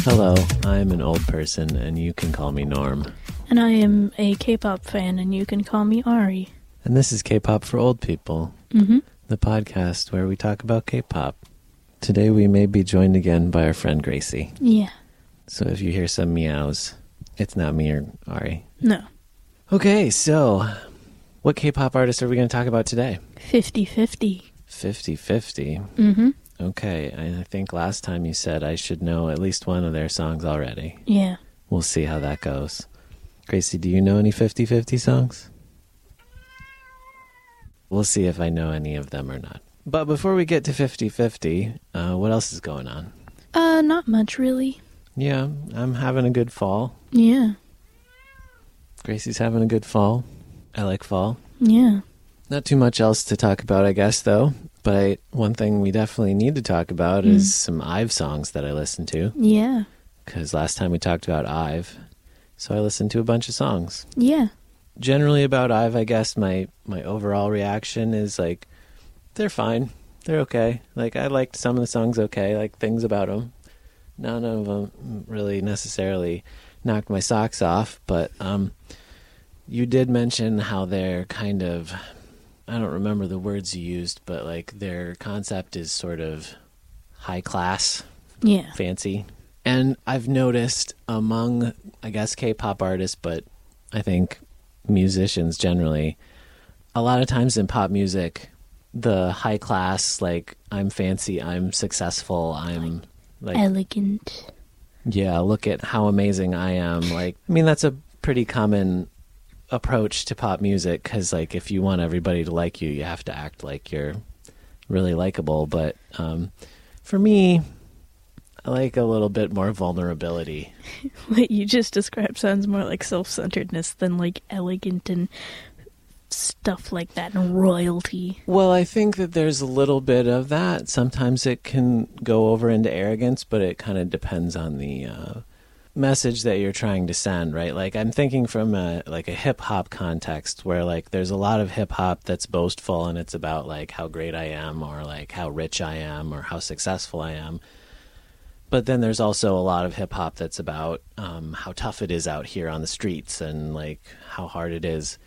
Hello, I'm an old person, and you can call me Norm. And I am a K pop fan, and you can call me Ari. And this is K pop for old people, Mm-hmm. the podcast where we talk about K pop. Today we may be joined again by our friend Gracie. Yeah. So if you hear some meows, it's not me or Ari. No. Okay, so what K pop artist are we going to talk about today? 50 50. 50 50. Mm-hmm. Okay, I I think last time you said I should know at least one of their songs already. Yeah. We'll see how that goes. Gracie, do you know any 50 50 songs? We'll see if I know any of them or not. But before we get to 50 50, uh, what else is going on? Uh, not much, really. Yeah, I'm having a good fall. Yeah. Gracie's having a good fall. I like fall. Yeah. Not too much else to talk about, I guess, though. But I, one thing we definitely need to talk about is some Ive songs that I listened to. Yeah. Because last time we talked about Ive, so I listened to a bunch of songs. Yeah. generally about Ive, I guess my my overall reaction is like they're fine, they're okay. Like I liked some of the songs, okay, like things about them. None of them really necessarily knocked my socks off, but um, you did mention how they're kind of I don't remember the words you used, but like their concept is sort of high class Yeah. fancy. And I've noticed among, I guess, K pop artists, but I think musicians generally, a lot of times in pop music, the high class, like, I'm fancy, I'm successful, I'm like, Elegant. yeah, look at how amazing I am. Like, I mean, that's a pretty common approach to pop music because, like, if you want everybody to like you, you have to act like you're really likable. But um, for me, I like a little bit more vulnerability. What you just described sounds more like self centeredness than like elegant and stuff like that and royalty. Well, I think that there's a little bit of that. Sometimes it can go over into arrogance, but it kind of depends on the uh, message that you're trying to send, right? Like I'm thinking from a like a hip hop context where like there's a lot of hip hop that's boastful and it's about like how great I am or like how rich I am or how successful I am. But then there's also a lot of hip hop that's about um, how tough it is out here on the streets and like how hard it is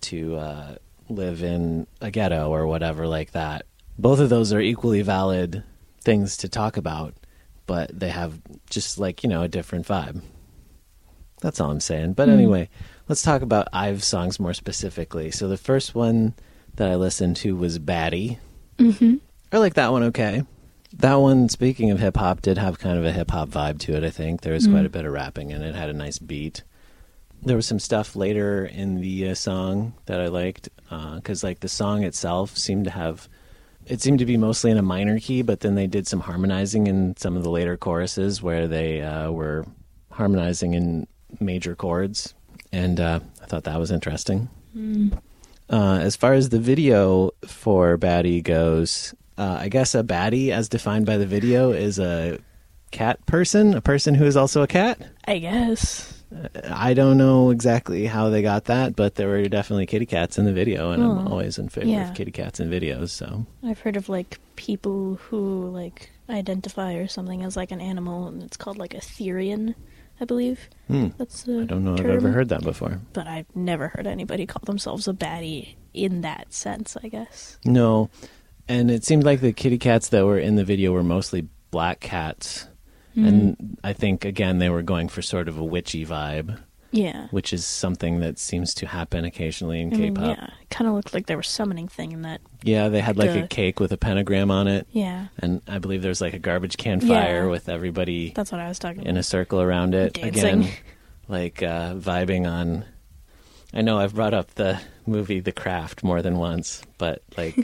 to uh, live in a ghetto or whatever like that. Both of those are equally valid things to talk about, but they have just like, you know, a different vibe. That's all I'm saying. But anyway, let's talk about Ive songs more specifically. So the first one that I listened to was Batty. Mm-hmm. I like that one okay. That one, speaking of hip hop, did have kind of a hip hop vibe to it, I think. There was quite a bit of rapping and it had a nice beat there was some stuff later in the uh, song that I liked because like the song itself seemed to have it seemed to be mostly in a minor key, but then they did some harmonizing in some of the later choruses where they uh, were harmonizing in major chords, and uh, I thought that was interesting. Uh, as far as the video for Batty goes, uh, I guess a Batty, as defined by the video, is a cat person, a person who is also a cat. I guess. I don't know exactly how they got that, but there were definitely kitty cats in the video, and I'm Oh. always in favor Yeah. of kitty cats in videos. So I've heard of like people who like identify or something as like an animal, and it's called like a therian, I believe. Hmm. That's a I don't know term, I've ever heard that before. but I've never heard anybody call themselves a baddie in that sense. I guess. No, and it seemed like the kitty cats that were in the video were mostly black cats, Mm. Hmm. and I think again they were going for sort of a witchy vibe, Yeah. which is something that seems to happen occasionally in I mean, K-pop. Mm, yeah, kind of looked like they were summoning thing in that. Yeah, they had like a Duh. cake with a pentagram on it, Yeah, and I believe there's like a garbage can Yeah. fire with everybody. that's what I was talking in about. a circle around it Dancing. again, like uh, vibing on. I know I've brought up the movie The Craft more than once, but like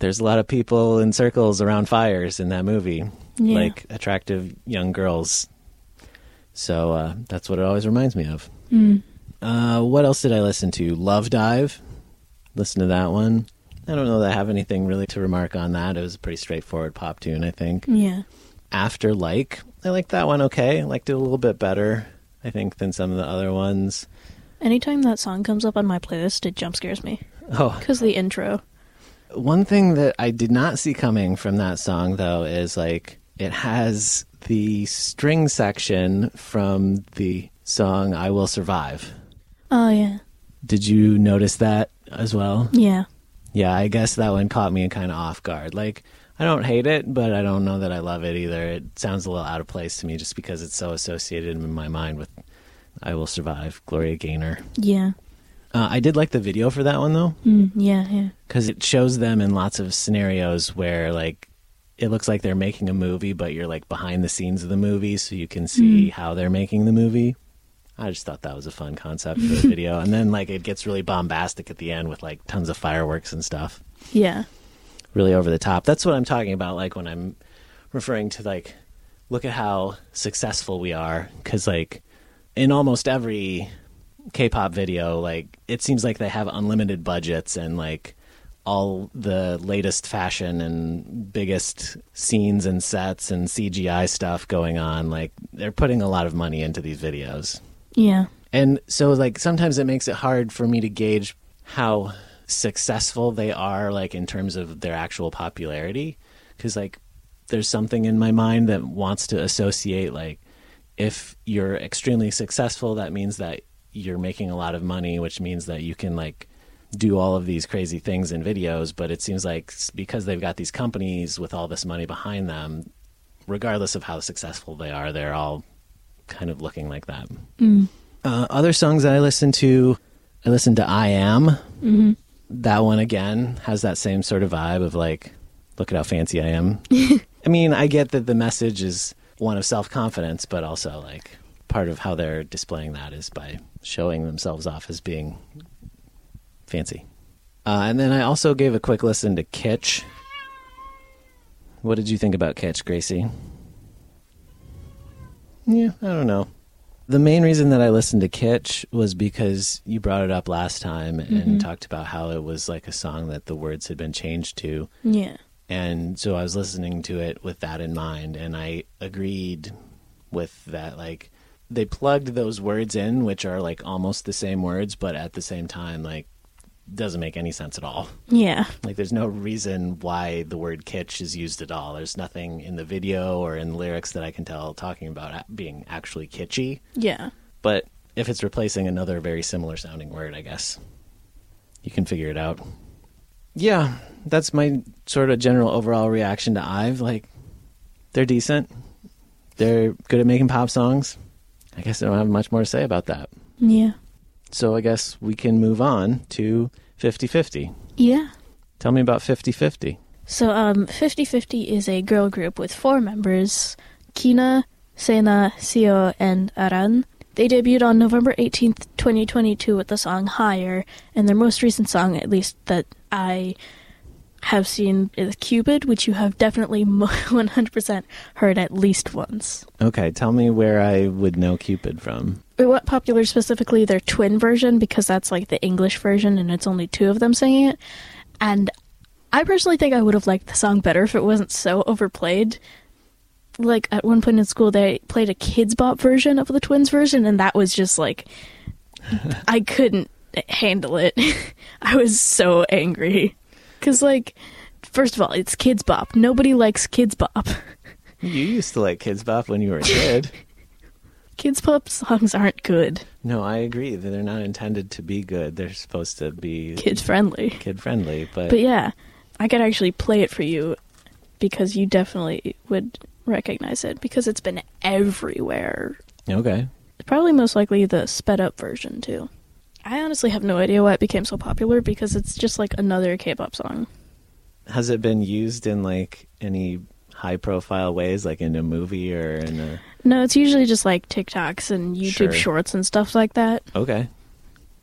there's a lot of people in circles around fires in that movie, Yeah. like attractive young girls. So uh, that's what it always reminds me of. Hmm. Uh, what else did I listen to? Love Dive. Listen to that one. I don't know that I have anything really to remark on that. It was a pretty straightforward pop tune, I think Yeah, after like i liked that one okay i liked it a little bit better i think than some of the other ones anytime that song comes up on my playlist, it jump scares me oh because the intro. one thing that i did not see coming from that song though is like It has the string section from the song I Will Survive. Oh yeah, Did you notice that as well? yeah. Yeah, I guess that one caught me kind of off guard. Like, I don't hate it, but I don't know that I love it either. It sounds a little out of place to me just because it's so associated in my mind with I Will Survive, Gloria Gaynor. Yeah. Uh, I did like the video for that one, though, Mm, yeah, yeah. because it shows them in lots of scenarios where, like, it looks like they're making a movie, but you're, like, behind the scenes of the movie, so you can see how they're making the movie. I just thought that was a fun concept for the video. And then, like, it gets really bombastic at the end with, like, tons of fireworks and stuff Yeah. really over the top. That's what I'm talking about. Like when I'm referring to like, look at how successful we are. Because like in almost every K-pop video, like it seems like they have unlimited budgets and like all the latest fashion and biggest scenes and sets and CGI stuff going on. Like they're putting a lot of money into these videos. Yeah. And so like sometimes it makes it hard for me to gauge how successful they are like in terms of their actual popularity cuz like there's something in my mind that wants to associate like if you're extremely successful that means that you're making a lot of money which means that you can like do all of these crazy things in videos but it seems like s- because they've got these companies with all this money behind them regardless of how successful they are they're all kind of looking like that uh, other songs that I listen to, I listen to I Am. Mm-hmm. That one again has that same sort of vibe of like, look at how fancy I am. I mean, I get that the message is one of self confidence, but also like part of how they're displaying that is by showing themselves off as being fancy. Uh, and then I also gave a quick listen to Kitsch. What did you think about Kitsch, Gracie? Yeah, I don't know the main reason that I listened to Kitsch was because you brought it up last time and talked about how it was like a song that the words had been changed to. Yeah. And so I was listening to it with that in mind and I agreed with that like they plugged those words in which are like almost the same words but at the same time like doesn't make any sense at all. Yeah. Like, there's no reason why the word kitsch is used at all. There's nothing in the video or in the lyrics that I can tell talking about a- being actually kitschy. Yeah. But if it's replacing another very similar sounding word, I guess you can figure it out. Yeah, that's my sort of general overall reaction to Ive. Like, they're decent, they're good at making pop songs. I guess I don't have much more to say about that. Yeah. So I guess we can move on to 50 50. Yeah. Tell me about 50 50. So, um, 5050 is a girl group with four members Kina, Sena, Seo, and Aran. They debuted on November 18th, 2022, with the song Higher, and their most recent song, at least that I have seen, is Cupid, which you have definitely mo- 100% heard at least once. Okay, tell me where I would know Cupid from. It went popular specifically their twin version because that's like the English version and it's only two of them singing it. And I personally think I would have liked the song better if it wasn't so overplayed. Like at one point in school, they played a kids bop version of the twins version, and that was just like I couldn't handle it. I was so angry because like. First of all, it's Kids Bop. Nobody likes Kids Bop. You used to like Kids Bop when you were a kid. Kids Bop songs aren't good, No, I agree. that They're not intended to be good. They're supposed to be kid friendly. kid friendly, but, But yeah, I could actually play it for you because you definitely would recognize it because it's been everywhere. okay. Probably most likely the sped up version too. I honestly have no idea why it became so popular because it's just like another K-pop song. Has it been used in like any high profile ways like in a movie or in a No, it's usually just like TikToks and YouTube Sure. shorts and stuff like that. Okay.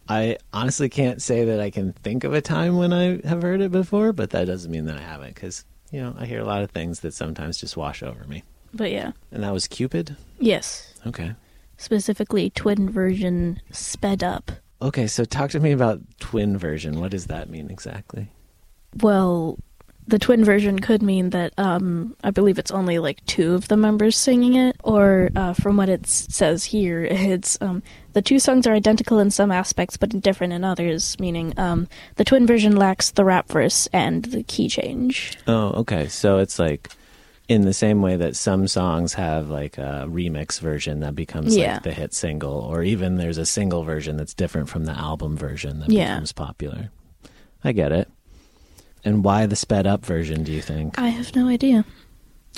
I honestly can't say that I can think of a time when I have heard it before, but that doesn't mean that I haven't cuz you know, I hear a lot of things that sometimes just wash over me. But yeah. And that was Cupid? Yes. Okay. Specifically twin version sped up. Okay, so talk to me about twin version. What does that mean exactly? Well, the twin version could mean that um, I believe it's only like two of the members singing it, or uh, from what it s- says here, it's um, the two songs are identical in some aspects but different in others, meaning um, the twin version lacks the rap verse and the key change. Oh, okay. So it's like in the same way that some songs have like a remix version that becomes Yeah. like the hit single, or even there's a single version that's different from the album version that Yeah. becomes popular. I get it. And why the sped up version, do you think? I have no idea.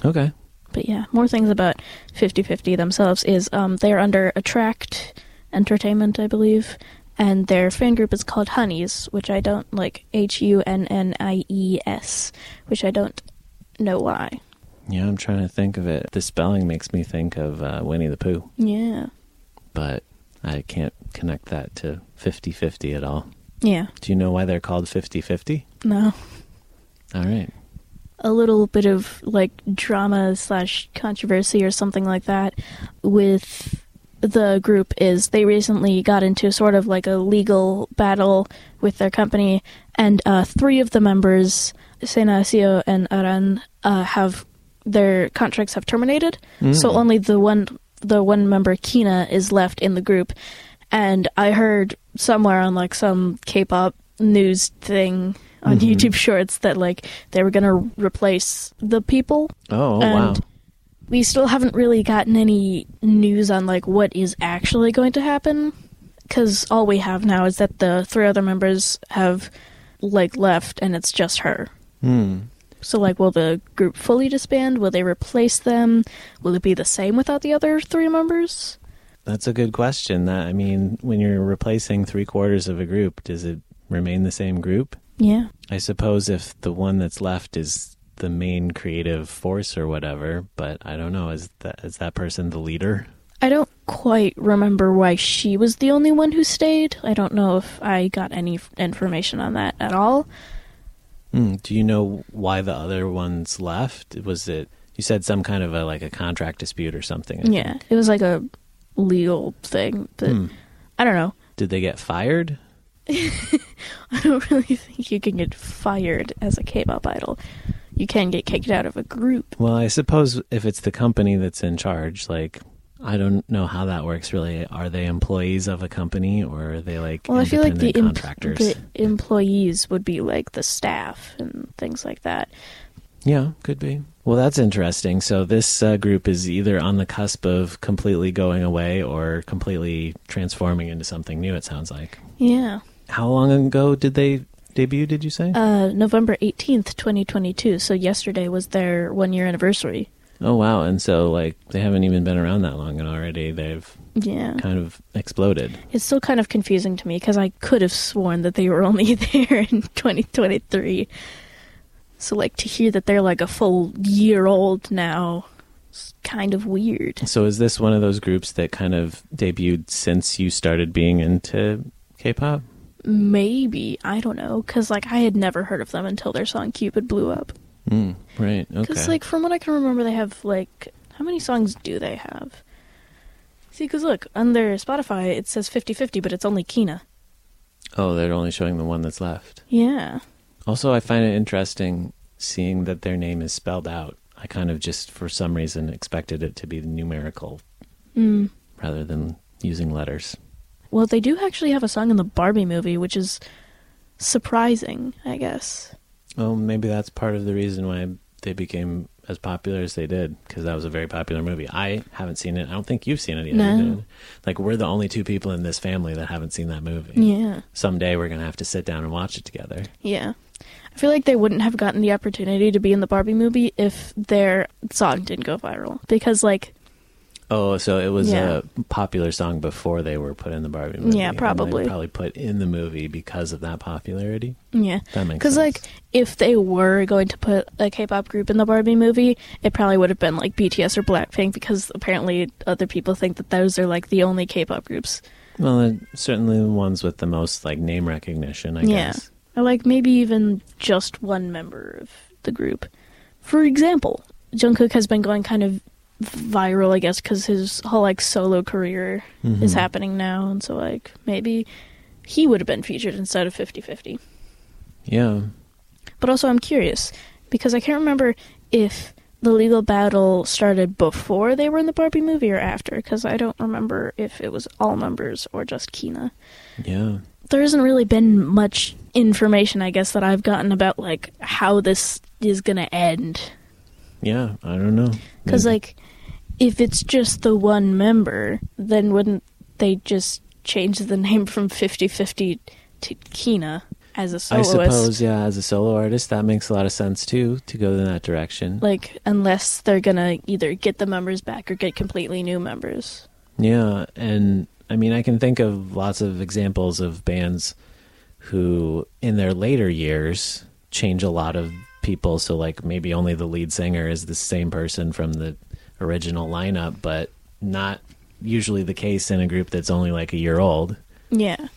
Okay. But yeah, more things about 50/50 themselves is um, they're under Attract Entertainment, I believe, and their fan group is called Honeys, which I don't like H U N N I E S, which I don't know why. Yeah, I'm trying to think of it. The spelling makes me think of uh, Winnie the Pooh, Yeah. but I can't connect that to 50 50 at all. Yeah. Do you know why they're called 50 50? No. All right. a little bit of like drama slash controversy or something like that with the group is they recently got into sort of like a legal battle with their company and uh, three of the members senacio and aran uh, have their contracts have terminated so only the one the one member kina is left in the group and i heard somewhere on like some k-pop news thing on youtube shorts that like they were gonna replace the people Oh, and wow. we still haven't really gotten any news on like what is actually going to happen because all we have now is that the three other members have like left and it's just her Hmm. so like will the group fully disband will they replace them will it be the same without the other three members That's a good question. That I mean, when you're replacing three quarters of a group, does it remain the same group? yeah I suppose if the one that's left is the main creative force or whatever, but I don't know. Is that is that person the leader? i don't quite remember why she was the only one who stayed i don't know if i got any f- information on that at all Hmm. Do you know why the other ones left? Was it you said some kind of a like a contract dispute or something? I think. Yeah, it was like a legal thing, but Hmm. I don't know. Did they get fired? I don't really think you can get fired as a K-pop idol. You can get kicked out of a group. Well, I suppose if it's the company that's in charge, like I don't know how that works really. Are they employees of a company or are they like Well, I feel like the, independent em- contractors? the employees would be like the staff and things like that. Yeah, could be. Well, that's interesting. So this uh, group is either on the cusp of completely going away or completely transforming into something new. It sounds like. Yeah. How long ago did they debut? Did you say? Uh, November 18th, 2022. So yesterday was their one year anniversary. oh wow! And so like they haven't even been around that long, and already they've Yeah. kind of exploded. It's still kind of confusing to me because I could have sworn that they were only there in 2023. So, like, to hear that they're like a full year old now, it's kind of weird. So is this one of those groups that kind of debuted since you started being into K-pop? Maybe. I don't know. Because, like, I had never heard of them until their song Cupid blew up. Mm, right. Okay. Because, like, from what I can remember, they have, like, how many songs do they have? See, because look, on their Spotify, it says 50 50, but it's only Kina. oh, they're only showing the one that's left. Yeah. Also, I find it interesting seeing that their name is spelled out. I kind of just, for some reason, expected it to be numerical Mm. rather than using letters. Well, they do actually have a song in the Barbie movie, which is surprising, I guess. Well, maybe that's part of the reason why they became as popular as they did, because that was a very popular movie. I haven't seen it. I don't think you've seen it either. No. dude. Like, we're the only two people in this family that haven't seen that movie. Yeah. Someday we're going to have to sit down and watch it together. Yeah. I feel like they wouldn't have gotten the opportunity to be in the Barbie movie if their song didn't go viral. Because, like, Oh, so it was Yeah. a popular song before they were put in the Barbie movie. Yeah, and they probably. were probably put in the movie because of that popularity. yeah. That makes Because, sense. like, if they were going to put a K pop group in the Barbie movie, it probably would have been, like, BTS or Blackpink, because apparently other people think that those are, like, the only K pop groups. Well, they're certainly the ones with the most like name recognition, I Yeah. guess. Or like maybe even just one member of the group. For example, Jungkook has been going kind of viral, I guess, because his whole like solo career is Mm-hmm. Hmm. happening now, and so like maybe he would have been featured instead of 50-50. Yeah. But also, I'm curious because I can't remember if the legal battle started before they were in the Barbie movie or after, because I don't remember if it was all members or just Kina Yeah. there hasn't really been much information, I guess, that I've gotten about like how this is gonna end. Yeah, I don't know. Because, Maybe. like, if it's just the one member, then wouldn't they just change the name from 50 50 to Kina as a I soloist? suppose, yeah, as a solo artist, that makes a lot of sense too to go in that direction. Like, unless they're gonna either get the members back or get completely new members. Yeah, and I mean, I can think of lots of examples of bands who, in their later years, change a lot of people. So, like, maybe only the lead singer is the same person from the original lineup, but not usually the case in a group that's only like a year old. Yeah.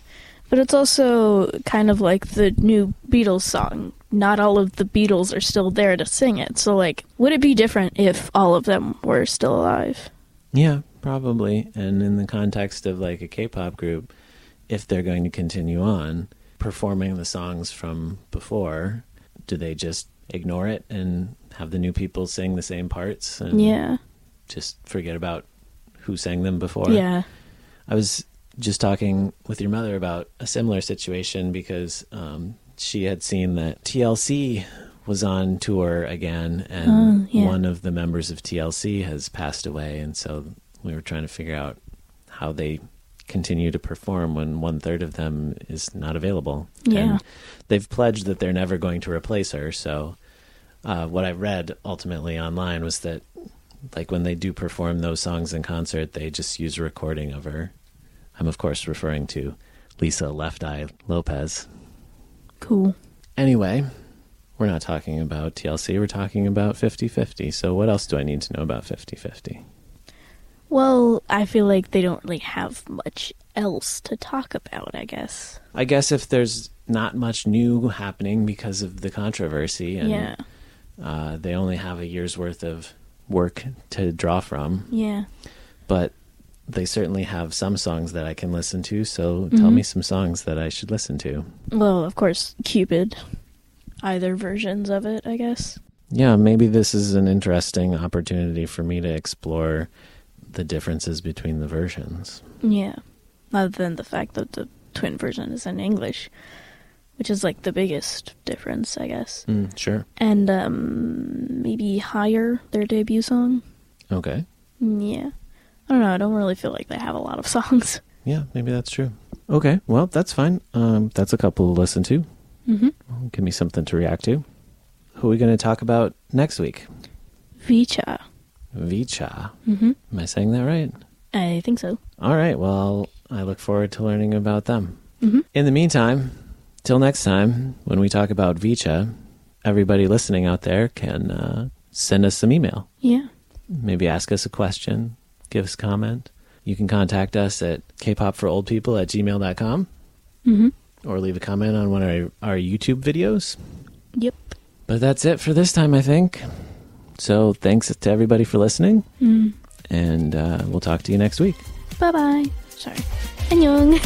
But it's also kind of like the new Beatles song. Not all of the Beatles are still there to sing it. So, like, would it be different if all of them were still alive? Yeah, probably. And in the context of like a K pop group, if they're going to continue on performing the songs from before, do they just ignore it and have the new people sing the same parts and Yeah. just forget about who sang them before? yeah. I was just talking with your mother about a similar situation because um, she had seen that TLC was on tour again, and Oh, yeah. one of the members of TLC has passed away, and so we were trying to figure out how they continue to perform when one third of them is not available. Yeah. And they've pledged that they're never going to replace her, so uh, what I read ultimately online was that, like, when they do perform those songs in concert, they just use a recording of her. I'm, of course, referring to Lisa Left Eye Lopez. Cool. Anyway, we're not talking about TLC, we're talking about 50 50. So, what else do I need to know about 50 50? Well, I feel like they don't really have much else to talk about, I guess. I guess if there's not much new happening because of the controversy and yeah. uh, they only have a year's worth of work to draw from, Yeah. but they certainly have some songs that I can listen to. So tell me some songs that I should listen to. Well, of course, Cupid. Either versions of it, I guess. Yeah, maybe this is an interesting opportunity for me to explore the differences between the versions. Yeah. Other than the fact that the twin version is in English, which is like the biggest difference, I guess. Mm, sure. And um maybe Higher, their debut song. Okay. Yeah. I don't know, I don't really feel like they have a lot of songs. Yeah, maybe that's true. Okay. Well, that's fine. Um, that's a couple to listen to. Mhm. Give me something to react to. Who are we going to talk about next week? Vicha. Vicha. Mhm. Am I saying that right? I think so. All right. Well, I look forward to learning about them. Mhm. In the meantime, till next time, when we talk about Vicha, everybody listening out there can uh, send us some email. Yeah. Maybe ask us a question, give us a comment. You can contact us at kpopforoldpeople at gmail.com Mhm. or leave a comment on one of our, our YouTube videos. Yep. But that's it for this time, I think. So thanks to everybody for listening, Mm. and uh, we'll talk to you next week. Bye bye. Sorry. Annyeong.